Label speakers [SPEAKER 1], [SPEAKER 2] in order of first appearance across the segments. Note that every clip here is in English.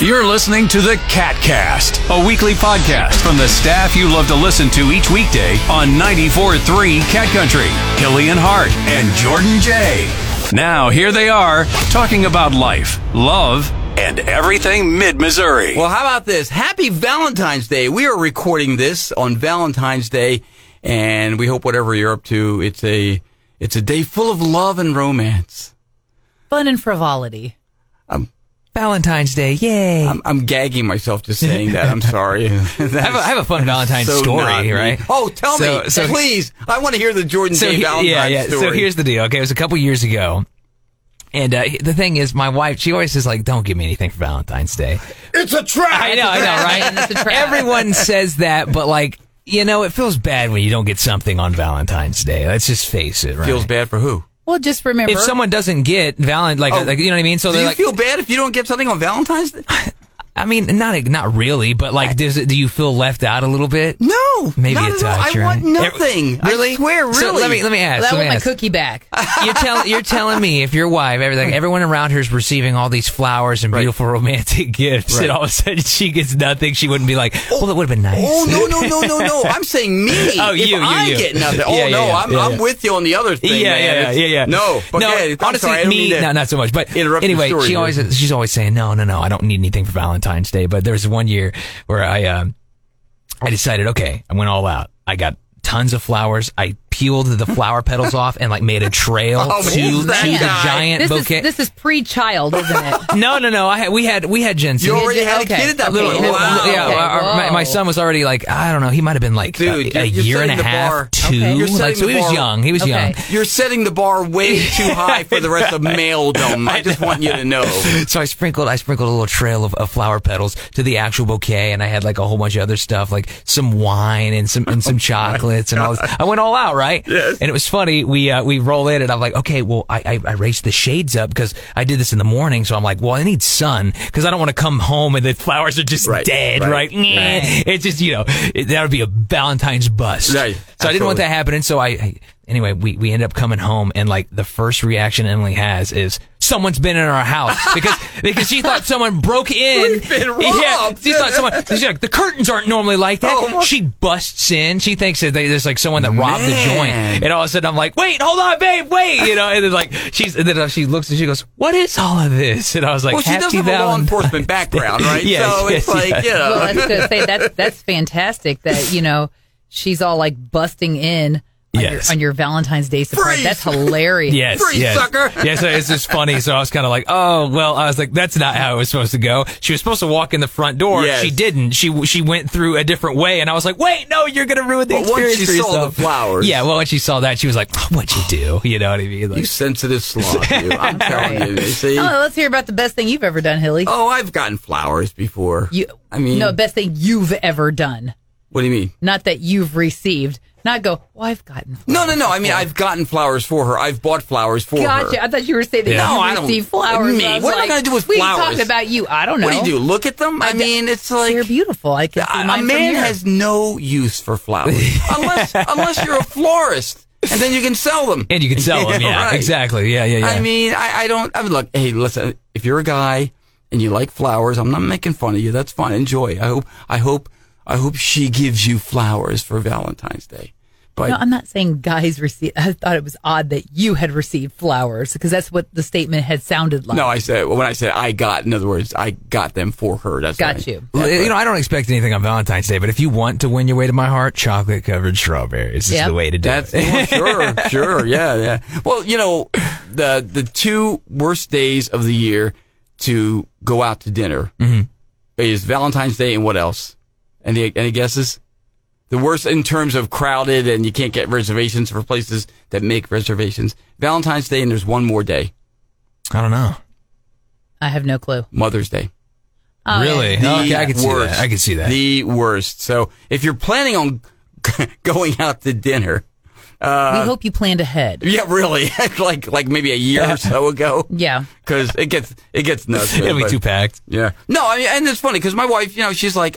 [SPEAKER 1] You're listening to the CatCast, a weekly podcast from the staff you love to listen to each weekday on 94.3 Cat Country. Killian Hart and Jordan J. Now, here they are talking about life, love, and everything mid Missouri.
[SPEAKER 2] Well, how about this? Happy Valentine's Day. We are recording this on Valentine's Day, and we hope whatever you're up to, it's a it's a day full of love and romance.
[SPEAKER 3] Fun and frivolity.
[SPEAKER 4] Valentine's Day, yay!
[SPEAKER 2] I'm, I'm gagging myself just saying that. I'm sorry.
[SPEAKER 5] I have, a, I have a fun Valentine's story, right?
[SPEAKER 2] Oh, tell
[SPEAKER 5] So-
[SPEAKER 2] me,
[SPEAKER 5] so-
[SPEAKER 2] please. I want to hear the Jordan
[SPEAKER 5] so
[SPEAKER 2] J.
[SPEAKER 5] he-
[SPEAKER 2] Valentine's
[SPEAKER 5] yeah, yeah.
[SPEAKER 2] story.
[SPEAKER 5] So here's the deal. Okay, it was a couple years ago, and uh, the thing is, my wife, she always is like, "Don't give me anything for Valentine's Day."
[SPEAKER 2] it's a trap.
[SPEAKER 5] I know, I know,
[SPEAKER 3] And it's a
[SPEAKER 5] right?
[SPEAKER 3] trap.
[SPEAKER 5] Everyone says that, but like, you know, it feels bad when you don't get something on Valentine's Day. Let's just face it, right?
[SPEAKER 2] Feels bad for who?
[SPEAKER 3] Well, just remember.
[SPEAKER 5] if someone doesn't get Valentine, like,
[SPEAKER 2] Oh.
[SPEAKER 5] like, you know what I mean? So
[SPEAKER 2] Do
[SPEAKER 5] they're
[SPEAKER 2] you
[SPEAKER 5] like,
[SPEAKER 2] feel bad if you don't get something on Valentine's Day?
[SPEAKER 5] I mean, not not really, but like, does it, do you feel left out a little bit?
[SPEAKER 2] No,
[SPEAKER 5] maybe
[SPEAKER 2] not at
[SPEAKER 5] a
[SPEAKER 2] all.
[SPEAKER 5] touch.
[SPEAKER 2] I
[SPEAKER 5] right?
[SPEAKER 2] want nothing. I
[SPEAKER 5] Really?
[SPEAKER 2] swear, really.
[SPEAKER 5] So let me let me ask.
[SPEAKER 3] Well, I
[SPEAKER 5] let
[SPEAKER 3] want
[SPEAKER 5] me
[SPEAKER 3] my
[SPEAKER 5] ask.
[SPEAKER 3] cookie back.
[SPEAKER 5] you're, tell, you're telling me if your wife, everything, everyone around her is receiving all these flowers and beautiful romantic gifts,
[SPEAKER 2] Right.
[SPEAKER 5] and all of a sudden she gets nothing, she wouldn't be like, well, that would have been nice.
[SPEAKER 2] Oh no no no no no! I'm saying me.
[SPEAKER 5] Oh, you,
[SPEAKER 2] if
[SPEAKER 5] you,
[SPEAKER 2] I
[SPEAKER 5] you.
[SPEAKER 2] get nothing. Oh
[SPEAKER 5] Yeah, yeah,
[SPEAKER 2] no,
[SPEAKER 5] yeah,
[SPEAKER 2] I'm,
[SPEAKER 5] yeah,
[SPEAKER 2] I'm
[SPEAKER 5] yeah.
[SPEAKER 2] with you on the other thing.
[SPEAKER 5] yeah,
[SPEAKER 2] man.
[SPEAKER 5] yeah,
[SPEAKER 2] It's-
[SPEAKER 5] yeah, yeah.
[SPEAKER 2] No, but
[SPEAKER 5] no.
[SPEAKER 2] yeah, I'm
[SPEAKER 5] honestly,
[SPEAKER 2] sorry, I don't mean
[SPEAKER 5] me,
[SPEAKER 2] to
[SPEAKER 5] no, not so much. But
[SPEAKER 2] interrupt your
[SPEAKER 5] anyway,
[SPEAKER 2] story
[SPEAKER 5] she
[SPEAKER 2] here.
[SPEAKER 5] always she's always saying, no, no, no, I don't need anything for Valentine's Day. But there was one year where I um, I decided, okay, I went all out. I got tons of flowers. I peeled the flower petals off and like made a trail
[SPEAKER 2] Oh,
[SPEAKER 5] to,
[SPEAKER 2] who's
[SPEAKER 5] to the
[SPEAKER 2] that guy?
[SPEAKER 5] giant
[SPEAKER 3] This
[SPEAKER 5] bouquet.
[SPEAKER 3] is this is pre-child, isn't it?
[SPEAKER 5] no, no, no. I had, we had we had ginseng.
[SPEAKER 2] You already
[SPEAKER 3] Did you-
[SPEAKER 2] had a
[SPEAKER 3] okay.
[SPEAKER 2] kid at that
[SPEAKER 3] A little-
[SPEAKER 2] point.
[SPEAKER 3] little-
[SPEAKER 2] wow.
[SPEAKER 3] Okay.
[SPEAKER 5] Yeah, our- our- my, my son was already like I don't know. He might have been like uh,
[SPEAKER 2] Dude,
[SPEAKER 5] a, a
[SPEAKER 2] you're- you're
[SPEAKER 5] year and
[SPEAKER 2] setting
[SPEAKER 5] a
[SPEAKER 2] the
[SPEAKER 5] half,
[SPEAKER 2] bar.
[SPEAKER 5] two.
[SPEAKER 2] Okay. You're
[SPEAKER 5] Like
[SPEAKER 2] setting
[SPEAKER 5] so,
[SPEAKER 2] the
[SPEAKER 5] he was
[SPEAKER 2] bar.
[SPEAKER 5] young. He was
[SPEAKER 3] Okay.
[SPEAKER 5] young.
[SPEAKER 2] You're setting the bar way too high for the rest of maledom. I just want you to know.
[SPEAKER 5] So I sprinkled, I sprinkled a little trail of, of flower petals to the actual bouquet, and I had like a whole bunch of other stuff, like some wine and some and some chocolates and all this. I went all out, right? Yes. And it was funny. We uh, we roll in, and I'm like, okay, well, I I, I raised the shades up because I did this in the morning, so I'm like, well, I need sun because I don't want to come home and the flowers are just
[SPEAKER 2] Right,
[SPEAKER 5] dead,
[SPEAKER 2] right,
[SPEAKER 5] right? Nyeh. It's just you know it, that would be a Valentine's bust.
[SPEAKER 2] Right,
[SPEAKER 5] So I didn't want
[SPEAKER 2] absolutely.
[SPEAKER 5] that happening. So I, I anyway, we, we end up coming home and like the first reaction Emily has is someone's been in our house because because she thought someone broke in.
[SPEAKER 2] We've been
[SPEAKER 5] Yeah,
[SPEAKER 2] robbed.
[SPEAKER 5] she thought someone. She's like the curtains aren't normally like that.
[SPEAKER 2] Oh, my-
[SPEAKER 5] she busts in. She thinks that they, there's like someone that robbed the
[SPEAKER 2] Man.
[SPEAKER 5] joint. And all of a sudden I'm like, wait, hold on, babe, wait. You know, and then like she's and then uh, she looks and she goes, what is all of this? And I was like,
[SPEAKER 2] Well, she
[SPEAKER 5] happy
[SPEAKER 2] does have a law
[SPEAKER 5] Valentine's
[SPEAKER 2] enforcement background, right?
[SPEAKER 5] Yes,
[SPEAKER 2] so it's
[SPEAKER 5] yes,
[SPEAKER 2] like,
[SPEAKER 5] yes.
[SPEAKER 2] you know.
[SPEAKER 3] well, I was going to say that's that's fantastic that you know she's all like busting in on,
[SPEAKER 5] Yes.
[SPEAKER 3] your, on your Valentine's Day surprise.
[SPEAKER 2] Freeze.
[SPEAKER 3] That's hilarious.
[SPEAKER 5] Yes,
[SPEAKER 2] Free
[SPEAKER 5] yes.
[SPEAKER 2] sucker.
[SPEAKER 5] Yeah, so it's just funny. So I was kind of like, oh well. I was like, that's not how it was supposed to go. She was supposed to walk in the front door.
[SPEAKER 2] Yes.
[SPEAKER 5] She didn't. She she went through a different way, and I was like, wait, no, you're gonna ruin the
[SPEAKER 2] But once
[SPEAKER 5] experience.
[SPEAKER 2] she
[SPEAKER 5] for
[SPEAKER 2] saw the
[SPEAKER 5] yourself.
[SPEAKER 2] flowers.
[SPEAKER 5] yeah. Well, when she saw that, she was like, "Oh, what'd you do? You know what I mean? Like,
[SPEAKER 2] You sensitive sloth, you. I'm telling you. you see?
[SPEAKER 3] Oh, let's hear about the best thing you've ever done, Hilly.
[SPEAKER 2] Oh, I've gotten flowers before.
[SPEAKER 3] you,
[SPEAKER 2] I mean,
[SPEAKER 3] no, best thing you've ever done.
[SPEAKER 2] what do you mean?
[SPEAKER 3] Not that you've received. Not go. Well, I've gotten.
[SPEAKER 2] No, no, no. I mean, I've gotten flowers for her. I've bought flowers for her.
[SPEAKER 3] Gotcha. I thought you were saying that
[SPEAKER 5] Yeah.
[SPEAKER 3] you
[SPEAKER 2] No, I don't-
[SPEAKER 3] received flowers.
[SPEAKER 2] Me.
[SPEAKER 3] I was
[SPEAKER 2] What am I
[SPEAKER 3] like,
[SPEAKER 2] gonna do with
[SPEAKER 3] we
[SPEAKER 2] flowers?
[SPEAKER 3] talking about you. I don't know.
[SPEAKER 2] What do you do? Look at them? I,
[SPEAKER 3] d-
[SPEAKER 2] mean, it's like
[SPEAKER 3] They're beautiful. I can see
[SPEAKER 2] a-
[SPEAKER 3] mine
[SPEAKER 2] a
[SPEAKER 3] from
[SPEAKER 2] man
[SPEAKER 3] here.
[SPEAKER 2] has no use for flowers unless unless you're a florist and then you can sell them.
[SPEAKER 5] and you can sell them. Yeah.
[SPEAKER 2] right.
[SPEAKER 5] Exactly. Yeah. Yeah. Yeah.
[SPEAKER 2] I mean, I, I don't. I mean, look, hey, listen. If you're a guy and you like flowers, I'm not making fun of you. That's fine. Enjoy. I hope. I hope. I hope she gives you flowers for Valentine's Day. But
[SPEAKER 3] No, I'm not saying guys receive. I thought it was odd that you had received flowers because that's what the statement had sounded like.
[SPEAKER 2] no, I said when I said I got. In other words, I got them for her. That's
[SPEAKER 3] Got
[SPEAKER 2] what I-
[SPEAKER 3] you.
[SPEAKER 5] Well, You know, I don't expect anything on Valentine's Day, but if you want to win your way to my heart, chocolate covered strawberries is
[SPEAKER 3] Yep.
[SPEAKER 5] the way to do
[SPEAKER 2] That's
[SPEAKER 5] it.
[SPEAKER 2] well, sure, sure, yeah, yeah. Well, you know, the the two worst days of the year to go out to dinner
[SPEAKER 5] Mm-hmm.
[SPEAKER 2] is Valentine's Day and what else? Any any guesses? The worst in terms of crowded and you can't get reservations for places that make reservations. Valentine's Day and there's one more day,
[SPEAKER 5] I don't know.
[SPEAKER 3] I have no clue.
[SPEAKER 2] Mother's Day.
[SPEAKER 3] Oh,
[SPEAKER 5] really?
[SPEAKER 3] yeah.
[SPEAKER 5] okay, I can see that. I can see that.
[SPEAKER 2] The worst. So if you're planning on going out to dinner, Uh,
[SPEAKER 3] we hope you planned ahead.
[SPEAKER 2] yeah, really, like like maybe a year or so ago.
[SPEAKER 3] Yeah.
[SPEAKER 2] because it gets it gets nuts. man,
[SPEAKER 5] It'll be
[SPEAKER 2] but-
[SPEAKER 5] too packed.
[SPEAKER 2] Yeah. No, I mean, and it's funny because my wife, you know, she's like,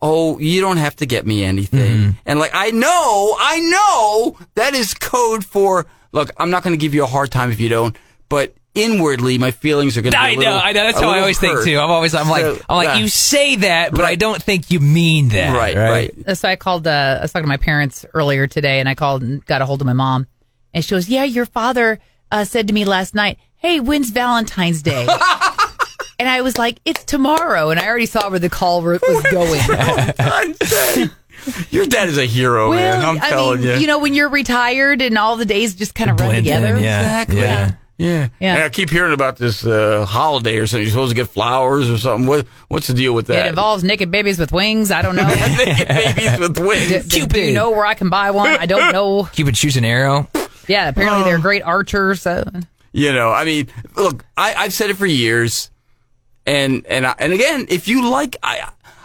[SPEAKER 2] "Oh, you don't have to get me
[SPEAKER 5] Mm-hmm.
[SPEAKER 2] anything," and like, I know, I know that is code for look. I'm not going to give you a hard time if you don't, but inwardly my feelings are going to.
[SPEAKER 5] I know, I know. That's how I always think too. I'm always, I'm like,
[SPEAKER 2] So,
[SPEAKER 5] I'm like,
[SPEAKER 2] yeah.
[SPEAKER 5] you say that, but I
[SPEAKER 2] Right.
[SPEAKER 5] don't think you mean that.
[SPEAKER 2] Right, right.
[SPEAKER 3] So I called. Uh, I was talking to my parents earlier today, and I called and got a hold of my mom, and she goes, "Yeah, your father uh, said to me last night, hey, when's Valentine's Day?" and I was like, "It's tomorrow," and I already saw where the call were- was going.
[SPEAKER 2] Your dad is a hero, Oh, man. I'm
[SPEAKER 3] I
[SPEAKER 2] telling
[SPEAKER 3] mean,
[SPEAKER 2] you.
[SPEAKER 3] know, when you're retired and all the days just kind of run
[SPEAKER 5] Blend
[SPEAKER 3] together.
[SPEAKER 5] in, yeah,
[SPEAKER 2] Exactly.
[SPEAKER 5] yeah.
[SPEAKER 2] yeah.
[SPEAKER 3] Yeah.
[SPEAKER 2] And I keep hearing about this uh, holiday or something. You're supposed to get flowers or something. What What's the deal with
[SPEAKER 3] It
[SPEAKER 2] that?
[SPEAKER 3] involves naked babies with wings. I don't know.
[SPEAKER 2] Babies with
[SPEAKER 3] Do-
[SPEAKER 2] wings.
[SPEAKER 3] do, do you
[SPEAKER 5] Cupid.
[SPEAKER 3] know where I can buy one? I don't know.
[SPEAKER 5] Cupid shoots an arrow.
[SPEAKER 3] Yeah, apparently
[SPEAKER 5] Oh.
[SPEAKER 3] they're great archers. So.
[SPEAKER 2] You know, I mean, look, I, I've said it for years, and and I, and again, if you like, I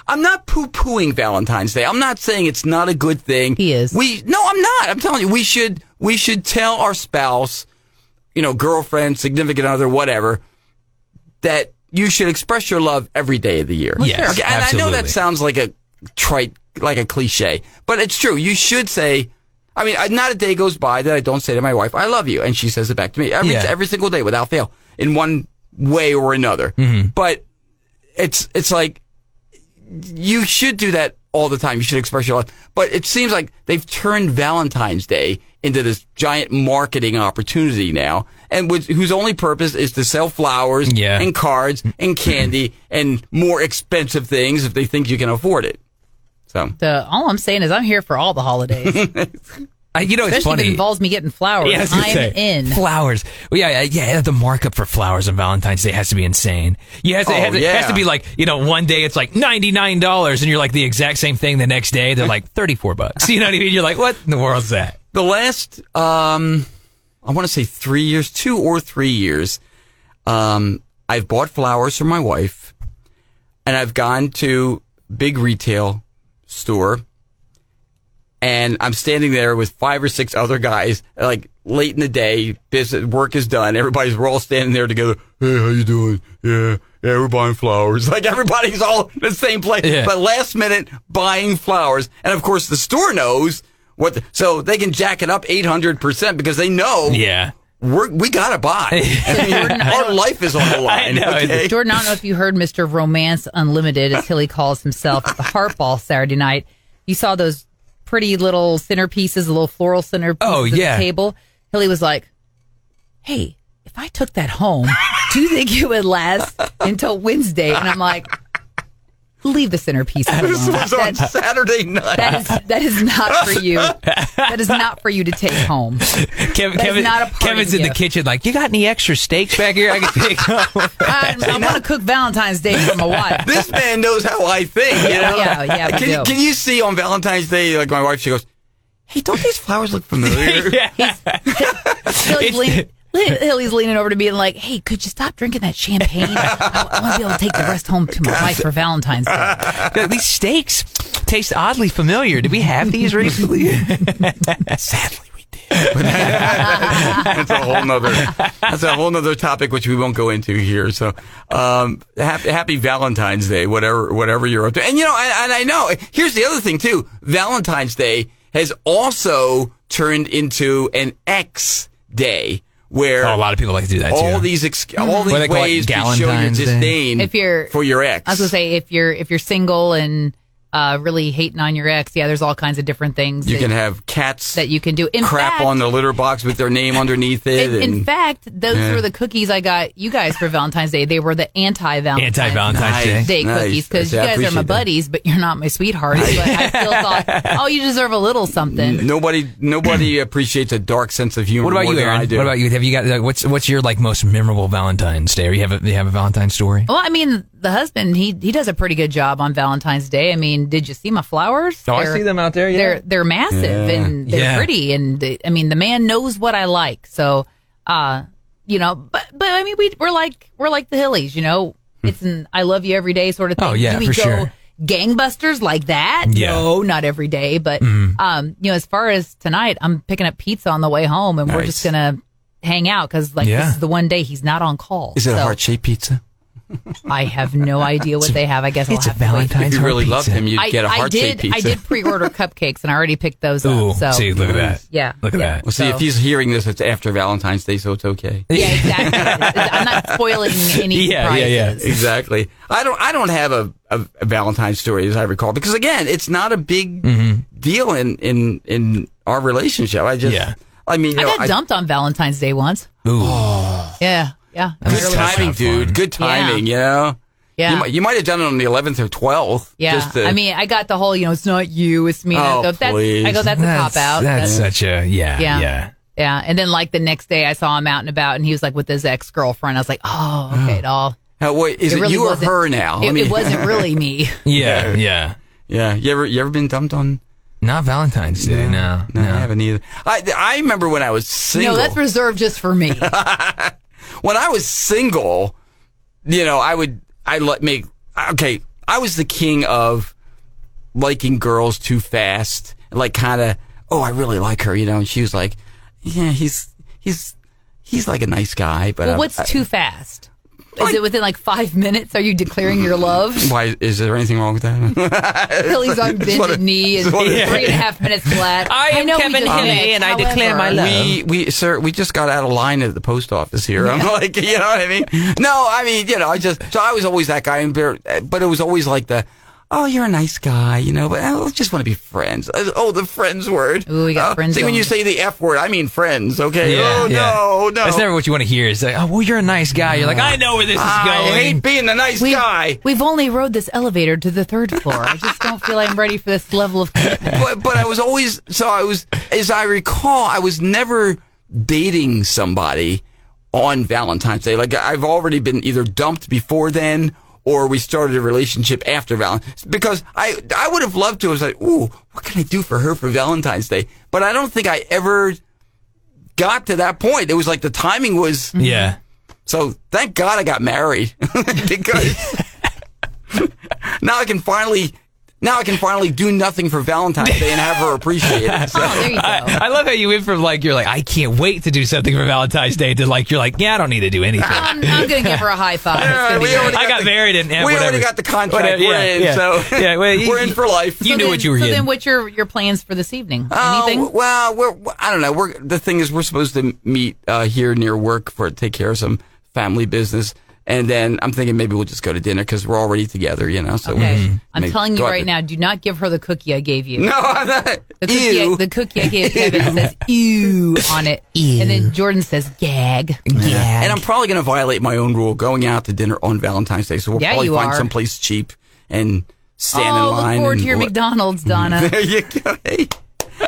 [SPEAKER 2] I'm not poo pooing Valentine's Day. I'm not saying it's not a good thing.
[SPEAKER 3] He is.
[SPEAKER 2] We no, I'm not. I'm telling you, we should we should tell our spouse, you know, girlfriend, significant other, whatever, that you should express your love every day of the year.
[SPEAKER 5] Well, Yes,
[SPEAKER 2] Okay, and I know that
[SPEAKER 5] absolutely.
[SPEAKER 2] sounds like a trite, like a cliche, but it's true. You should say. I mean, I- not a day goes by that I don't say to my wife, "I love you," and she says it back to me every
[SPEAKER 5] Yeah.
[SPEAKER 2] every single day without fail, in one way or another. But it's it's like you should do that all the time. You should express your love. But it seems like they've turned Valentine's Day into this giant marketing opportunity now, and which, whose only purpose is to sell flowers
[SPEAKER 5] Yeah.
[SPEAKER 2] and cards and candy and more expensive things if they think you can afford it. So
[SPEAKER 3] So all I'm saying is I'm here for all the holidays, especially
[SPEAKER 5] I, you know, it's
[SPEAKER 3] if it
[SPEAKER 5] funny.
[SPEAKER 3] involves me getting flowers.
[SPEAKER 5] Yeah, I was gonna
[SPEAKER 3] I'm
[SPEAKER 5] say,
[SPEAKER 3] in.
[SPEAKER 5] Flowers. Well, yeah, yeah, yeah. The markup for flowers on Valentine's Day has to be insane. You has to,
[SPEAKER 2] Oh,
[SPEAKER 5] it has, it
[SPEAKER 2] yeah.
[SPEAKER 5] has to be like, you know, one day it's like $99 and you're like the exact same thing the next day. They're like 34 bucks. You know what I mean? You're like, what in the world's that?
[SPEAKER 2] the last um I want to say 3 years, 2 or 3 years um I've bought flowers for my wife and I've gone to big retail store and I'm standing there with five or six other guys like late in the day business work is done everybody's we're all standing there together hey how you doing yeah yeah we're buying flowers like everybody's all in the same place
[SPEAKER 5] Yeah.
[SPEAKER 2] but last minute buying flowers and of course the store knows what the, so they can jack it up 800% because they know
[SPEAKER 5] Yeah.
[SPEAKER 2] we're, we gotta buy. I mean, our life is on the line.
[SPEAKER 5] know.
[SPEAKER 2] okay?
[SPEAKER 3] Jordan, I don't know if you heard Mr. Romance Unlimited, as Hilly calls himself, at the Heart Ball Saturday night. You saw those pretty little centerpieces, the little floral centerpieces
[SPEAKER 5] Oh,
[SPEAKER 3] at the
[SPEAKER 5] yeah.
[SPEAKER 3] table. Hilly was like, hey, if I took that home, do you think it would last until Wednesday? And I'm like, leave the centerpiece
[SPEAKER 2] This
[SPEAKER 3] alone.
[SPEAKER 2] was on Saturday night.
[SPEAKER 3] That is that is not for you. That is not for you to take home.
[SPEAKER 5] Kevin,
[SPEAKER 3] That's
[SPEAKER 5] Kevin,
[SPEAKER 3] not a party
[SPEAKER 5] Kevin's in the
[SPEAKER 3] gift.
[SPEAKER 5] kitchen like, you got any extra steaks back here I can pick up?
[SPEAKER 3] I, I want to cook Valentine's Day for my wife.
[SPEAKER 2] this man knows how I think. You know?
[SPEAKER 3] Yeah, yeah, we
[SPEAKER 2] Can, you-
[SPEAKER 3] do.
[SPEAKER 2] can you see on Valentine's Day, like my wife, she goes, "Hey, don't these flowers look familiar?"
[SPEAKER 3] Hilly's, lean, Li- Hilly's leaning over to me and like, hey, could you stop drinking that champagne? I, want to be able to take the rest home to my wife for Valentine's Day.
[SPEAKER 5] These steaks taste oddly familiar. Did we have these recently?
[SPEAKER 2] Sadly, we did. that's a whole nother. That's a whole nother topic which we won't go into here. So, um, happy, happy Valentine's Day, whatever whatever you're up to. And you know, I, and I know. Here's the other thing too. Valentine's Day has also turned into an X day where
[SPEAKER 5] oh, a lot of people like to do that
[SPEAKER 2] all
[SPEAKER 5] too.
[SPEAKER 2] these ex- all
[SPEAKER 5] What do
[SPEAKER 2] these
[SPEAKER 5] they call it?
[SPEAKER 2] ways to show your
[SPEAKER 5] Galentine's Day?
[SPEAKER 2] disdain
[SPEAKER 3] If you're-
[SPEAKER 2] for your ex.
[SPEAKER 3] I was gonna say if you're if you're single and uh, really hating on your ex, yeah, there's all kinds of different things
[SPEAKER 2] you
[SPEAKER 3] that,
[SPEAKER 2] can have cats
[SPEAKER 3] that you can do. In
[SPEAKER 2] crap
[SPEAKER 3] fact,
[SPEAKER 2] on the litter box with their name underneath it.
[SPEAKER 3] in,
[SPEAKER 2] and
[SPEAKER 3] in fact, those
[SPEAKER 2] Yeah.
[SPEAKER 3] were the cookies I got you guys for Valentine's Day. They were the anti-Valentine's
[SPEAKER 5] Anti-Valentine's
[SPEAKER 2] Nice.
[SPEAKER 5] Day.
[SPEAKER 3] Day
[SPEAKER 2] Nice.
[SPEAKER 3] cookies because
[SPEAKER 2] See,
[SPEAKER 3] you
[SPEAKER 2] I
[SPEAKER 3] guys are
[SPEAKER 2] appreciate
[SPEAKER 3] my
[SPEAKER 2] that.
[SPEAKER 3] buddies, but you're not my sweethearts. But I still thought, oh, you deserve a little something.
[SPEAKER 2] Nobody, nobody appreciates a dark sense of humor.
[SPEAKER 5] What about
[SPEAKER 2] more
[SPEAKER 5] you,
[SPEAKER 2] than
[SPEAKER 5] Aaron?
[SPEAKER 2] I do.
[SPEAKER 5] What about you? Have you got like, what's what's your like most memorable Valentine's Day? Or you have a, you have a Valentine's story?
[SPEAKER 3] Well, I mean, the husband he he does a pretty good job on Valentine's Day. I mean, did you see my flowers?
[SPEAKER 5] Oh, I see them out there, yeah.
[SPEAKER 3] they're they're massive and they're
[SPEAKER 5] Yeah.
[SPEAKER 3] pretty, and they- I mean, the man knows what I like. So, uh, you know, but but I mean, we we're like we're like the Hillies, you know. It's an I love you every day sort of thing.
[SPEAKER 5] Hmm. Oh, yeah,
[SPEAKER 3] Do we
[SPEAKER 5] for
[SPEAKER 3] go
[SPEAKER 5] sure.
[SPEAKER 3] gangbusters like that?
[SPEAKER 5] Yeah. Mm-hmm.
[SPEAKER 3] No, not every day, but um, you know, as far as tonight, I'm picking up pizza on the way home, and we're
[SPEAKER 2] Nice.
[SPEAKER 3] just gonna hang out because like
[SPEAKER 5] Yeah.
[SPEAKER 3] this is the one day he's not on call.
[SPEAKER 2] Is it a
[SPEAKER 3] So-
[SPEAKER 2] heart shaped pizza?
[SPEAKER 3] I have no idea what they have. I guess
[SPEAKER 5] It's a
[SPEAKER 3] I'll have to wait.
[SPEAKER 5] Valentine's
[SPEAKER 2] If you
[SPEAKER 5] heart
[SPEAKER 2] really
[SPEAKER 5] pizza.
[SPEAKER 2] loved him, you'd
[SPEAKER 3] I,
[SPEAKER 2] get a
[SPEAKER 3] I
[SPEAKER 2] heart
[SPEAKER 3] did.
[SPEAKER 2] shaped pizza.
[SPEAKER 3] I did pre-order cupcakes, and I already picked those
[SPEAKER 5] Ooh,
[SPEAKER 3] up. So
[SPEAKER 5] see, look at that.
[SPEAKER 3] Yeah.
[SPEAKER 5] look at
[SPEAKER 3] yeah.
[SPEAKER 5] that.
[SPEAKER 2] Well, see,
[SPEAKER 3] So-
[SPEAKER 2] if he's hearing this, it's after Valentine's Day, so it's okay.
[SPEAKER 3] Yeah, exactly. I'm not spoiling any
[SPEAKER 5] Yeah, yeah,
[SPEAKER 3] prizes.
[SPEAKER 5] yeah.
[SPEAKER 2] exactly. I don't. I don't have a, a, a Valentine's story as I recall because again, it's not a big
[SPEAKER 5] Mm-hmm.
[SPEAKER 2] deal in in in our relationship. I just.
[SPEAKER 5] Yeah.
[SPEAKER 2] I mean, you
[SPEAKER 3] I
[SPEAKER 2] know,
[SPEAKER 3] got dumped on Valentine's Day once.
[SPEAKER 5] Ooh,
[SPEAKER 3] Yeah, yeah.
[SPEAKER 2] good
[SPEAKER 5] That's
[SPEAKER 2] timing,
[SPEAKER 5] not fun.
[SPEAKER 2] dude. Good timing. You know.
[SPEAKER 3] Yeah.
[SPEAKER 2] You might, you might have done it on the 11th or 12th.
[SPEAKER 3] Yeah,
[SPEAKER 2] just
[SPEAKER 5] uh,
[SPEAKER 2] to-
[SPEAKER 3] I mean, I got the whole, you know, it's not you, it's me. And I
[SPEAKER 2] Oh,
[SPEAKER 3] go, that's,
[SPEAKER 2] please.
[SPEAKER 3] I go, that's a cop out.
[SPEAKER 5] That's such a yeah,
[SPEAKER 3] Yeah.
[SPEAKER 5] yeah.
[SPEAKER 3] yeah. And then like the next day, I saw him out and about, and he was like with his ex girlfriend. I was like, oh, okay, it all.
[SPEAKER 2] Now, wait, is
[SPEAKER 3] It
[SPEAKER 2] it,
[SPEAKER 3] really
[SPEAKER 2] you or
[SPEAKER 3] wasn't-
[SPEAKER 2] her now?
[SPEAKER 5] Oh,
[SPEAKER 3] It,
[SPEAKER 2] I mean,
[SPEAKER 3] it wasn't really me.
[SPEAKER 5] Yeah, yeah.
[SPEAKER 2] yeah. You ever you ever been dumped on?
[SPEAKER 5] Not Valentine's Day. No,
[SPEAKER 2] No, I haven't either. I I remember when I was single.
[SPEAKER 3] No, that's reserved just for me.
[SPEAKER 2] when I was single, you know, I would I let make okay. I was the king of liking girls too fast, like kind of oh, I really like her, you know. And she was like, yeah, he's he's he's like a nice guy, but uh,
[SPEAKER 3] Well,
[SPEAKER 2] I'm-
[SPEAKER 3] what's
[SPEAKER 2] Um, I-
[SPEAKER 3] too fast? Is
[SPEAKER 2] I-
[SPEAKER 3] it within like five minutes? Are you declaring your love?
[SPEAKER 2] why is there anything wrong with that?
[SPEAKER 3] Billy's on
[SPEAKER 2] what I-
[SPEAKER 3] bended knee and
[SPEAKER 2] what I-
[SPEAKER 3] three and a half minutes flat.
[SPEAKER 4] I am
[SPEAKER 3] know we
[SPEAKER 4] Kevin
[SPEAKER 3] just
[SPEAKER 4] Henney,
[SPEAKER 3] met,
[SPEAKER 4] and I declare my
[SPEAKER 3] however-
[SPEAKER 4] love.
[SPEAKER 2] we we sir, we just got out of line at the post office here. I'm like, you know what I mean? No, I mean, you know, I just so I was always that guy, and there- but it was always like the. Oh, you're a nice guy, you know, but I just want to be friends. Uh, Oh, the friends word.
[SPEAKER 3] Ooh, we got
[SPEAKER 2] Uh,
[SPEAKER 3] friend
[SPEAKER 2] See, when
[SPEAKER 3] zone.
[SPEAKER 2] you say the F word, I mean friends, okay?
[SPEAKER 5] Yeah,
[SPEAKER 2] oh,
[SPEAKER 5] yeah.
[SPEAKER 2] no, no.
[SPEAKER 5] That's never what you want to hear. Is like, oh, well, you're a nice guy. You're like, I know where this is
[SPEAKER 2] I
[SPEAKER 5] going.
[SPEAKER 2] hate being a nice
[SPEAKER 3] We've,
[SPEAKER 2] guy.
[SPEAKER 3] we've only rode this elevator to the third floor. I just don't feel I'm ready for this level of commitment.
[SPEAKER 2] but but I was always so I was as I recall I was never dating somebody on Valentine's Day. Like I've already been either dumped before then or we started a relationship after Valentine's because I I would have loved to. I was like, ooh, what can I do for her for Valentine's Day? But I don't think I ever got to that point. It was like the timing was
[SPEAKER 5] yeah.
[SPEAKER 2] so. Thank God I got married because now I can finally. Now I can finally do nothing for Valentine's Day and have her appreciate it. So-
[SPEAKER 3] Oh, there you go.
[SPEAKER 5] I love how you went from like you're like I can't wait to do something for Valentine's Day to like you're like yeah I don't need to do anything.
[SPEAKER 3] I'm, I'm going to give her a high five. It's
[SPEAKER 2] Yeah,
[SPEAKER 3] gonna be
[SPEAKER 2] we already
[SPEAKER 3] great.
[SPEAKER 5] I got
[SPEAKER 2] the-
[SPEAKER 5] married and- yeah,
[SPEAKER 2] we
[SPEAKER 5] whatever.
[SPEAKER 2] already got the contract.
[SPEAKER 5] Whatever,
[SPEAKER 2] we're
[SPEAKER 5] yeah,
[SPEAKER 2] in,
[SPEAKER 5] yeah.
[SPEAKER 2] so
[SPEAKER 5] Yeah, well, you-
[SPEAKER 2] we're in for life.
[SPEAKER 5] you
[SPEAKER 3] So
[SPEAKER 5] knew
[SPEAKER 3] then-
[SPEAKER 5] what you were
[SPEAKER 3] So
[SPEAKER 5] getting.
[SPEAKER 3] then what's your, your plans for this evening?
[SPEAKER 2] Oh,
[SPEAKER 3] Anything?
[SPEAKER 2] well, we're, I don't know. We're the thing is we're supposed to meet uh, here near work for take care of some family business, and then I'm thinking maybe we'll just go to dinner because we're already together, you know. So
[SPEAKER 3] okay.
[SPEAKER 2] we'll
[SPEAKER 5] Mm-hmm.
[SPEAKER 2] just
[SPEAKER 3] I'm
[SPEAKER 2] Mm. make-
[SPEAKER 3] telling you
[SPEAKER 2] go out
[SPEAKER 3] right
[SPEAKER 2] to-
[SPEAKER 3] now, do not give her the cookie I gave you.
[SPEAKER 2] No, I'm not.
[SPEAKER 3] The cookie,
[SPEAKER 2] Ew.
[SPEAKER 3] I, the cookie I gave Kevin says ew on it. And then Jordan says gag.
[SPEAKER 5] yeah.
[SPEAKER 2] And I'm probably going to violate my own rule going out to dinner on Valentine's Day. So we'll
[SPEAKER 3] Yeah,
[SPEAKER 2] probably
[SPEAKER 3] you
[SPEAKER 2] find
[SPEAKER 3] are.
[SPEAKER 2] someplace cheap and stand
[SPEAKER 3] oh,
[SPEAKER 2] in line.
[SPEAKER 3] look forward
[SPEAKER 2] and
[SPEAKER 3] to your
[SPEAKER 2] what-
[SPEAKER 3] McDonald's, Donna.
[SPEAKER 2] There you go. Hey,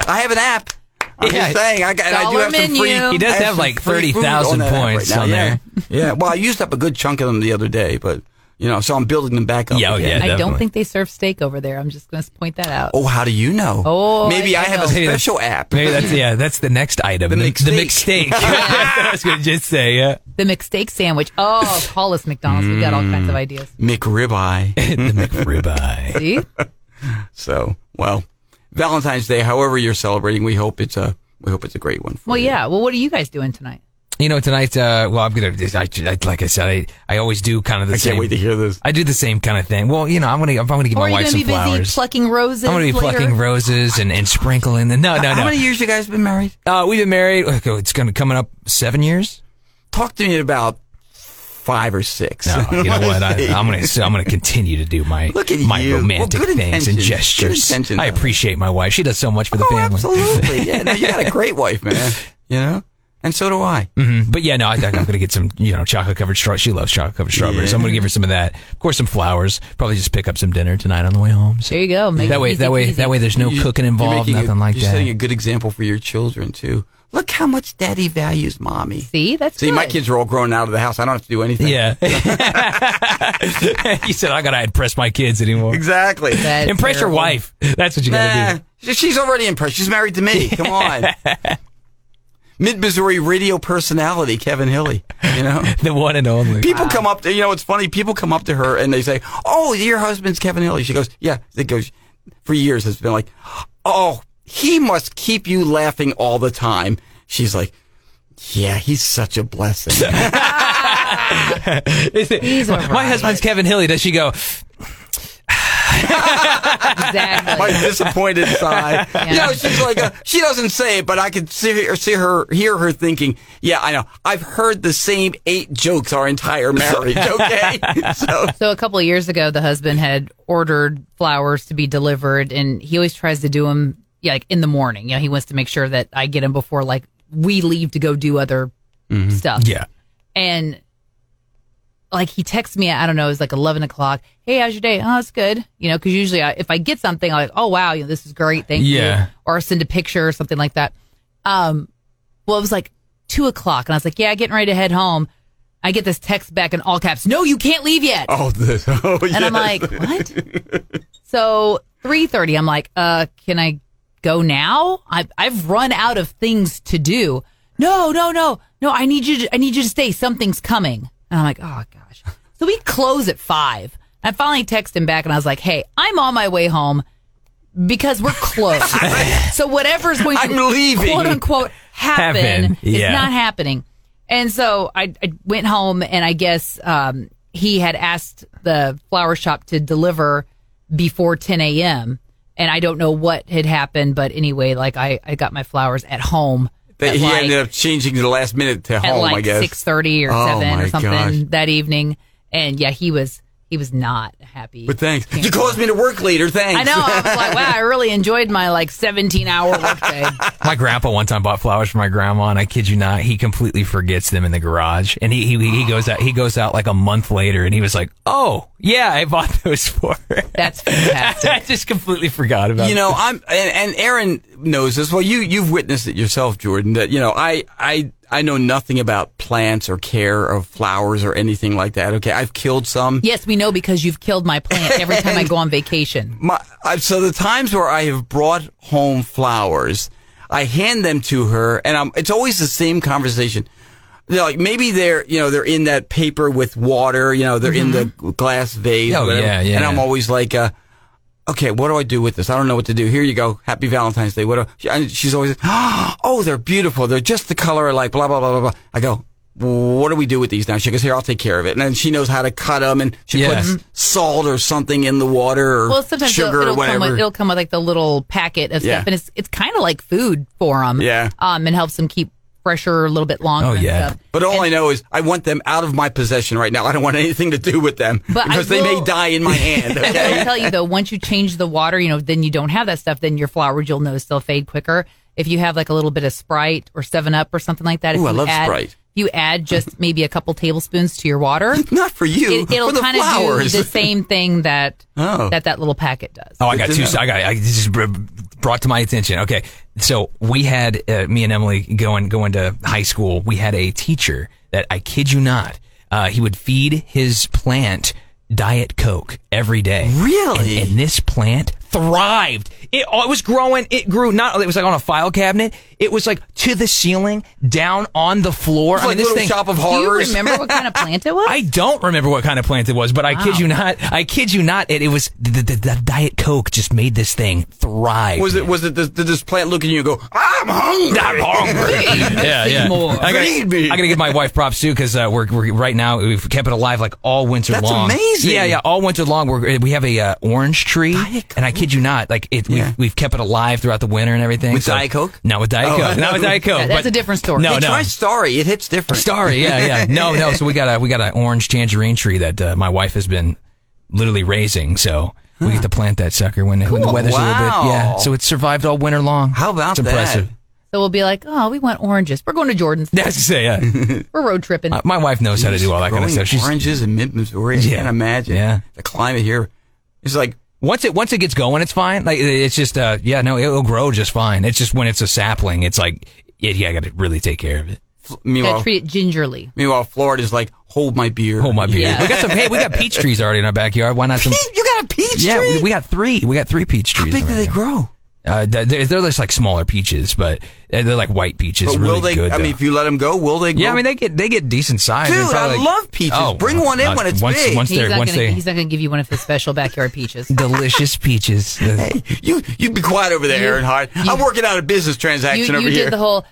[SPEAKER 2] I have an app. I'm
[SPEAKER 5] Yeah.
[SPEAKER 2] just saying. I, got, and I do
[SPEAKER 3] Dollar
[SPEAKER 2] have some free.
[SPEAKER 3] menu. He
[SPEAKER 5] does
[SPEAKER 2] I
[SPEAKER 5] have
[SPEAKER 2] some
[SPEAKER 5] like
[SPEAKER 2] free food
[SPEAKER 5] 30,000
[SPEAKER 2] on that app
[SPEAKER 5] points
[SPEAKER 2] right now,
[SPEAKER 5] on
[SPEAKER 2] yeah.
[SPEAKER 5] there.
[SPEAKER 2] Yeah. Well, I used up a good chunk of them the other day, but you know, so I'm building them back up.
[SPEAKER 5] Yeah, oh,
[SPEAKER 2] again.
[SPEAKER 5] yeah.
[SPEAKER 3] I don't
[SPEAKER 5] definitely.
[SPEAKER 3] think they serve steak over there. I'm just going to point that out.
[SPEAKER 2] Oh, how do you know?
[SPEAKER 3] Oh,
[SPEAKER 2] maybe
[SPEAKER 3] I-
[SPEAKER 2] I,
[SPEAKER 3] I
[SPEAKER 2] have a
[SPEAKER 3] know.
[SPEAKER 5] Maybe that's-
[SPEAKER 2] special app.
[SPEAKER 5] Maybe that's yeah. That's the next item. The,
[SPEAKER 2] mixed
[SPEAKER 5] the
[SPEAKER 2] steak.
[SPEAKER 5] mixed steak. That's what I was gonna just say. Yeah.
[SPEAKER 3] The McSteak sandwich. Oh, call us McDonald's. We got all kinds of ideas.
[SPEAKER 2] McRibeye.
[SPEAKER 5] the McRibeye.
[SPEAKER 3] See?
[SPEAKER 2] so, well, Valentine's Day, however you're celebrating, we hope it's a we hope it's a great one. For
[SPEAKER 3] Well,
[SPEAKER 2] you.
[SPEAKER 3] yeah. Well, what are you guys doing tonight?
[SPEAKER 5] You know tonight. Uh, well, I'm gonna. I, I, like I said, I, I always do kind of the
[SPEAKER 2] I
[SPEAKER 5] same.
[SPEAKER 2] can't wait to hear this.
[SPEAKER 5] I do the same kind of thing. Well, you know, I'm gonna. I'm gonna give
[SPEAKER 3] or
[SPEAKER 5] my
[SPEAKER 3] are you
[SPEAKER 5] wife
[SPEAKER 3] going to
[SPEAKER 5] some
[SPEAKER 3] be busy
[SPEAKER 5] flowers.
[SPEAKER 3] plucking roses?
[SPEAKER 5] I'm gonna be
[SPEAKER 3] later?
[SPEAKER 5] plucking roses and and sprinkling. The, no, no,
[SPEAKER 2] How
[SPEAKER 5] no.
[SPEAKER 2] many years you guys been married?
[SPEAKER 5] Uh, we've been married. okay, It's gonna coming up seven years.
[SPEAKER 2] Talk to me about five or six.
[SPEAKER 5] No, you know what? I, I'm gonna so I'm gonna continue to do my
[SPEAKER 2] Look at
[SPEAKER 5] my
[SPEAKER 2] you. Well,
[SPEAKER 5] romantic
[SPEAKER 2] good
[SPEAKER 5] things and
[SPEAKER 2] intentions. Good
[SPEAKER 5] gestures.
[SPEAKER 2] intentions.
[SPEAKER 5] I appreciate my wife. She does so much for the
[SPEAKER 2] oh,
[SPEAKER 5] family.
[SPEAKER 2] absolutely. Yeah, no, you got a great wife, man. Mm, You know, and so do I.
[SPEAKER 5] Mhm. But yeah, no, I think I'm gonna get some you know chocolate covered straw. She loves chocolate covered strawberries. So I'm gonna give her some of that. Of course, some flowers. Probably just pick up some dinner tonight on the way home. So
[SPEAKER 3] There you go. Make
[SPEAKER 5] that
[SPEAKER 3] it
[SPEAKER 5] way,
[SPEAKER 3] easy
[SPEAKER 5] that way,
[SPEAKER 3] peasy.
[SPEAKER 5] that way. There's no
[SPEAKER 2] You-
[SPEAKER 5] cooking
[SPEAKER 2] you're
[SPEAKER 5] involved.
[SPEAKER 2] making a-
[SPEAKER 5] Nothing like
[SPEAKER 2] you're setting a
[SPEAKER 5] that.
[SPEAKER 2] good example for your children too. Look how much daddy values mommy.
[SPEAKER 3] See, that's
[SPEAKER 2] See, my
[SPEAKER 3] good.
[SPEAKER 2] kids are all grown out of the house. I don't have to do anything.
[SPEAKER 5] Yeah. you said I gotta impress my kids anymore.
[SPEAKER 2] exactly.
[SPEAKER 3] That's
[SPEAKER 5] Impress
[SPEAKER 3] terrible.
[SPEAKER 5] your wife. That's what you gotta
[SPEAKER 2] Nah, she- she's already impressed. She's married to me. Come on. Mid Missouri radio personality Kevin Hilly. You know.
[SPEAKER 5] do. The one and only.
[SPEAKER 2] People come up to you know it's funny. People come up to her and they say, "Oh, your husband's Kevin Hilly." She goes, "Yeah." It goes for years. It's been like, "Oh, he must keep you laughing all the time." She's like, "Yeah, he's such a blessing."
[SPEAKER 3] He's all
[SPEAKER 5] My
[SPEAKER 3] right.
[SPEAKER 5] husband's Kevin Hilly. Does she go?
[SPEAKER 3] Exactly.
[SPEAKER 2] my disappointed sigh.
[SPEAKER 3] Yeah.
[SPEAKER 2] You know, she's like, uh she doesn't say it, but I can see her, see her, hear her thinking, yeah, I know. I've heard the same eight jokes our entire marriage, okay? so,
[SPEAKER 3] So a couple of years ago, the husband had ordered flowers to be delivered, and he always tries to do them yeah, like in the morning. You know, he wants to make sure that I get them before like we leave to go do other stuff.
[SPEAKER 5] Mm-hmm. Yeah.
[SPEAKER 3] and like he texts me, I don't know, it was like eleven o'clock. Hey, how's your day? Oh, it's good. You know, because usually I, if I get something, I'm like, oh wow, you know, this is great, thank
[SPEAKER 5] Yeah.
[SPEAKER 3] you, or I send a picture or something like that. Um, well, it was like two o'clock, and I was like, yeah, getting ready to head home. I get this text back in all caps. No, you can't leave yet.
[SPEAKER 2] oh, this, oh, yeah.
[SPEAKER 3] And I'm like, what? so 3:30, I'm like, uh, can I go now? I, I've run out of things to do. No, no, no, no. I need you. To, I need you to stay. Something's coming. And I'm like, oh gosh. So we close at five. I finally text him back, and I was like, hey, I'm on my way home because we're closed. so whatever's going to
[SPEAKER 2] I'm leaving.
[SPEAKER 3] quote unquote happen,
[SPEAKER 5] Happen.
[SPEAKER 3] is
[SPEAKER 5] Yeah.
[SPEAKER 3] not happening. And so I, I went home, and I guess um, he had asked the flower shop to deliver before 10 a.m. And I don't know what had happened, but anyway, like I, I got my flowers at home.
[SPEAKER 2] That
[SPEAKER 3] at
[SPEAKER 2] he
[SPEAKER 3] like,
[SPEAKER 2] ended up changing the last minute to
[SPEAKER 3] at
[SPEAKER 2] home, I
[SPEAKER 3] like
[SPEAKER 2] guess.
[SPEAKER 3] six thirty or
[SPEAKER 2] Oh,
[SPEAKER 3] seven
[SPEAKER 2] my
[SPEAKER 3] or something
[SPEAKER 2] gosh.
[SPEAKER 3] that evening, and yeah, he was he was not happy.
[SPEAKER 2] But thanks.
[SPEAKER 3] Can't-
[SPEAKER 2] You caused me to work later, thanks.
[SPEAKER 3] I know. I was like, wow, I really enjoyed my like seventeen hour workday.
[SPEAKER 5] My grandpa one time bought flowers for my grandma, and I kid you not, he completely forgets them in the garage. And he he, he goes out he goes out like a month later, and he was like, "Oh yeah, I bought those for." her."
[SPEAKER 3] That's fantastic.
[SPEAKER 5] I just completely forgot about.
[SPEAKER 2] you
[SPEAKER 5] it.
[SPEAKER 2] know i'm and, and aaron knows this well you you've witnessed it yourself jordan that you know i i i know nothing about plants or care of flowers or anything like that okay i've killed some
[SPEAKER 3] Yes, we know because you've killed my plant every time I go on vacation.
[SPEAKER 2] my I, so the times where I have brought home flowers, I hand them to her, and I'm, it's always the same conversation. They're like maybe they're you know they're in that paper with water, you know they're in the glass vase.
[SPEAKER 5] Oh,
[SPEAKER 2] whatever.
[SPEAKER 5] Mm-hmm. yeah, yeah.
[SPEAKER 2] And I'm always like, uh, okay, what do I do with this? I don't know what to do. Here you go, Happy Valentine's Day. What? Do, she- and she's always, oh, they're beautiful. They're just the color I like. Blah blah blah blah blah. I go. What do we do with these now? She goes, Here, I'll take care of it. And then she knows how to cut them and she
[SPEAKER 5] Yeah.
[SPEAKER 2] puts salt or something in the water or
[SPEAKER 3] Well, sometimes
[SPEAKER 2] sugar
[SPEAKER 3] it'll, it'll
[SPEAKER 2] or whatever.
[SPEAKER 3] come with it'll come with like the little packet of
[SPEAKER 2] Yeah.
[SPEAKER 3] stuff, and it's it's kind of like food for them.
[SPEAKER 2] Yeah.
[SPEAKER 3] um, and helps them keep fresher a little bit longer.
[SPEAKER 5] Oh,
[SPEAKER 3] and
[SPEAKER 5] yeah.
[SPEAKER 3] stuff.
[SPEAKER 2] but all I know is I want them out of my possession right now. I don't want anything to do with them
[SPEAKER 3] But I
[SPEAKER 2] because they
[SPEAKER 3] will-
[SPEAKER 2] may die in my hand.
[SPEAKER 3] I
[SPEAKER 2] Okay?
[SPEAKER 3] will tell you though, once you change the water, you know, then you don't have that stuff. Then your flowers, you'll notice they'll fade quicker. If you have like a little bit of Sprite or Seven Up or something like that, if
[SPEAKER 2] Ooh, I
[SPEAKER 3] you
[SPEAKER 2] love
[SPEAKER 3] add,
[SPEAKER 2] Sprite.
[SPEAKER 3] if You add just maybe a couple tablespoons to your water.
[SPEAKER 2] Not for you.
[SPEAKER 3] It, it'll
[SPEAKER 2] for the
[SPEAKER 3] kind of do
[SPEAKER 2] flowers.
[SPEAKER 3] the same thing that
[SPEAKER 2] Oh.
[SPEAKER 3] that that little packet does.
[SPEAKER 5] Oh, I got
[SPEAKER 2] to
[SPEAKER 5] two.
[SPEAKER 2] know.
[SPEAKER 5] I got. I this is br- brought to my attention. Okay, so we had uh, me and Emily going going to high school. We had a teacher that I kid you not, uh, he would feed his plant diet coke every day.
[SPEAKER 2] Really?
[SPEAKER 5] And, and this plant thrived. It, oh, it was growing. It grew. Not. It was like on a file cabinet. It was like to the ceiling, down on the floor.
[SPEAKER 2] It's like
[SPEAKER 5] I mean, this
[SPEAKER 2] little
[SPEAKER 5] thing.
[SPEAKER 2] shop of
[SPEAKER 3] Do you
[SPEAKER 2] horrors.
[SPEAKER 3] remember what kind of plant it was?
[SPEAKER 5] I don't remember what kind of plant it was, but I kid you not. I kid you not. It, it was the, the, the Diet Coke just made this thing thrive.
[SPEAKER 2] was it? Was it? Does, did this plant look at you and go, "I'm hungry"?
[SPEAKER 5] I'm hungry. Oh, yeah, yeah.
[SPEAKER 3] More.
[SPEAKER 5] I gotta,
[SPEAKER 2] Feed me.
[SPEAKER 5] I gotta give my wife props too because uh, we're, we're right now we've kept it alive like all winter
[SPEAKER 2] That's
[SPEAKER 5] long.
[SPEAKER 2] amazing.
[SPEAKER 5] Yeah, yeah. All winter long, we're, we have a uh, orange tree, and I kid you not, like it,
[SPEAKER 2] Yeah.
[SPEAKER 5] we've, we've kept it alive throughout the winter and everything.
[SPEAKER 2] With Diet Coke?
[SPEAKER 5] No, with Diet
[SPEAKER 2] Oh.
[SPEAKER 5] Coke. Not with Diet Coke.
[SPEAKER 3] Yeah, that's
[SPEAKER 5] but-
[SPEAKER 3] a different story.
[SPEAKER 5] No,
[SPEAKER 3] Hey,
[SPEAKER 5] Oh, no.
[SPEAKER 2] Try Starry. It hits different.
[SPEAKER 5] Starry, yeah, yeah. No, no. So we got a we got an orange tangerine tree that uh, my wife has been literally raising. So we get to plant that sucker when, when the
[SPEAKER 2] Cool.
[SPEAKER 5] weather's a little bit. Yeah.
[SPEAKER 2] Wow.
[SPEAKER 5] So it's survived all winter long.
[SPEAKER 2] How about
[SPEAKER 5] it's impressive?
[SPEAKER 2] that?
[SPEAKER 3] so we'll be like, oh, we want oranges. We're going to Jordan's.
[SPEAKER 5] That's to say, yeah.
[SPEAKER 3] We're road tripping.
[SPEAKER 5] Uh, my wife knows how to do all that kind of stuff.
[SPEAKER 2] Growing
[SPEAKER 5] She's
[SPEAKER 2] oranges in mid Missouri. I
[SPEAKER 5] Yeah.
[SPEAKER 2] can't imagine.
[SPEAKER 5] Yeah.
[SPEAKER 2] The climate here is like
[SPEAKER 5] once it once it gets going, it's fine. Like it- it's just uh yeah no, it'll grow just fine. It's just when it's a sapling, it's like yeah, yeah I got to really take care of it.
[SPEAKER 3] Gotta
[SPEAKER 2] meanwhile.
[SPEAKER 3] treat it gingerly.
[SPEAKER 2] Meanwhile, Florida's like, hold my beer.
[SPEAKER 5] Oh my beer.
[SPEAKER 3] Yeah.
[SPEAKER 5] We got some. Hey, we got peach trees already in our backyard. Why not some?
[SPEAKER 2] You got a peach
[SPEAKER 5] Yeah,
[SPEAKER 2] tree?
[SPEAKER 5] we, we got three. We got three peach trees.
[SPEAKER 2] How big
[SPEAKER 5] in
[SPEAKER 2] do
[SPEAKER 5] our
[SPEAKER 2] they
[SPEAKER 5] backyard.
[SPEAKER 2] grow?
[SPEAKER 5] Uh, they're, they're they're just like smaller peaches, but uh, they're like white peaches.
[SPEAKER 2] But
[SPEAKER 5] really
[SPEAKER 2] will they?
[SPEAKER 5] good.
[SPEAKER 2] I
[SPEAKER 5] though.
[SPEAKER 2] mean, if you let them go, will they? Grow?
[SPEAKER 5] yeah, I mean they get they get decent size. They're
[SPEAKER 2] Dude, I
[SPEAKER 5] probably like-
[SPEAKER 2] love peaches. Bring one in when it's
[SPEAKER 5] once,
[SPEAKER 2] big.
[SPEAKER 5] Once
[SPEAKER 3] He's
[SPEAKER 5] they're
[SPEAKER 3] not,
[SPEAKER 5] once
[SPEAKER 3] gonna,
[SPEAKER 5] they
[SPEAKER 3] he's not gonna give you one of his special backyard peaches.
[SPEAKER 5] delicious peaches.
[SPEAKER 2] You you be quiet over there,
[SPEAKER 3] You-
[SPEAKER 2] Aaron Hart. I'm
[SPEAKER 3] you-
[SPEAKER 2] working out a business
[SPEAKER 3] you
[SPEAKER 2] transaction
[SPEAKER 3] you
[SPEAKER 2] over
[SPEAKER 3] did
[SPEAKER 2] here.
[SPEAKER 3] the whole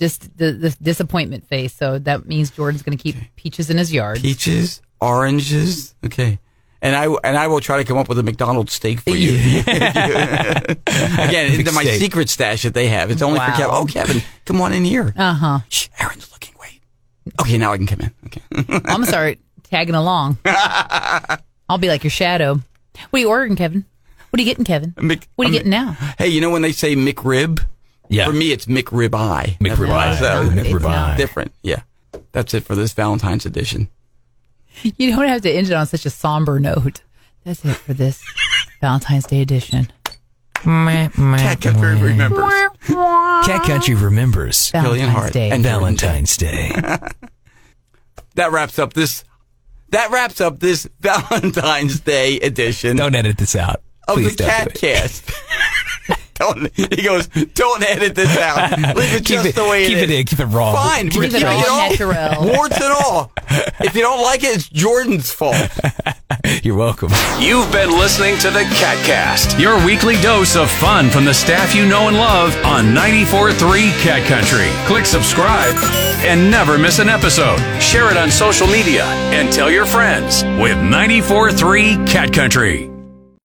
[SPEAKER 3] just the, the disappointment face. So that means Jordan's going to keep peaches in his yard.
[SPEAKER 2] peaches, oranges. Okay. And I and I will try to come up with a McDonald's steak for you. Again, it's my
[SPEAKER 5] steak.
[SPEAKER 2] secret stash that they have. It's only for
[SPEAKER 3] Wow.
[SPEAKER 2] Kevin. Oh, Kevin, come on in here.
[SPEAKER 3] Uh huh.
[SPEAKER 2] Shh, Aaron's looking. Wait. Okay, now I can come in. Okay.
[SPEAKER 3] I'm gonna start tagging along. I'll be like your shadow. What are you ordering, Kevin? What are you getting, Kevin?
[SPEAKER 2] Mc-
[SPEAKER 3] what are you
[SPEAKER 2] I'm-
[SPEAKER 3] getting now?
[SPEAKER 2] Hey, you know when they say McRib?
[SPEAKER 5] Yeah.
[SPEAKER 2] For me, it's McRibeye.
[SPEAKER 5] McRib eye.
[SPEAKER 2] So-
[SPEAKER 3] It's not. It's
[SPEAKER 5] McRib eye.
[SPEAKER 3] not.
[SPEAKER 2] Different. Yeah. That's it for this Valentine's edition.
[SPEAKER 3] You don't have to end it on such a somber note. That's it for this Valentine's Day edition.
[SPEAKER 5] Cat
[SPEAKER 2] remembers.
[SPEAKER 5] Cat Country remembers
[SPEAKER 2] Killian
[SPEAKER 3] Valentine's
[SPEAKER 2] Hart
[SPEAKER 3] Day.
[SPEAKER 2] and Jordan Day.
[SPEAKER 5] Valentine's Day.
[SPEAKER 2] That wraps up this. That wraps up this Valentine's Day edition.
[SPEAKER 5] Don't edit this out.
[SPEAKER 2] of
[SPEAKER 5] Please
[SPEAKER 2] the
[SPEAKER 5] don't do
[SPEAKER 2] cat
[SPEAKER 5] it.
[SPEAKER 2] cast. don't, he goes, don't edit this out. Leave it
[SPEAKER 5] Keep
[SPEAKER 2] just
[SPEAKER 5] it-
[SPEAKER 2] the way
[SPEAKER 5] keep
[SPEAKER 2] it
[SPEAKER 5] it
[SPEAKER 2] is.
[SPEAKER 5] in, keep it raw.
[SPEAKER 2] Fine.
[SPEAKER 5] Keep
[SPEAKER 2] we're
[SPEAKER 3] it
[SPEAKER 2] keeping
[SPEAKER 3] all natural.
[SPEAKER 2] Warts and all. If you don't like it, it's Jordan's fault.
[SPEAKER 5] You're welcome.
[SPEAKER 1] You've been listening to the CatCast, your weekly dose of fun from the staff you know and love on 94.3 Cat Country. Click subscribe and never miss an episode. Share it on social media and tell your friends with 94.3 Cat Country.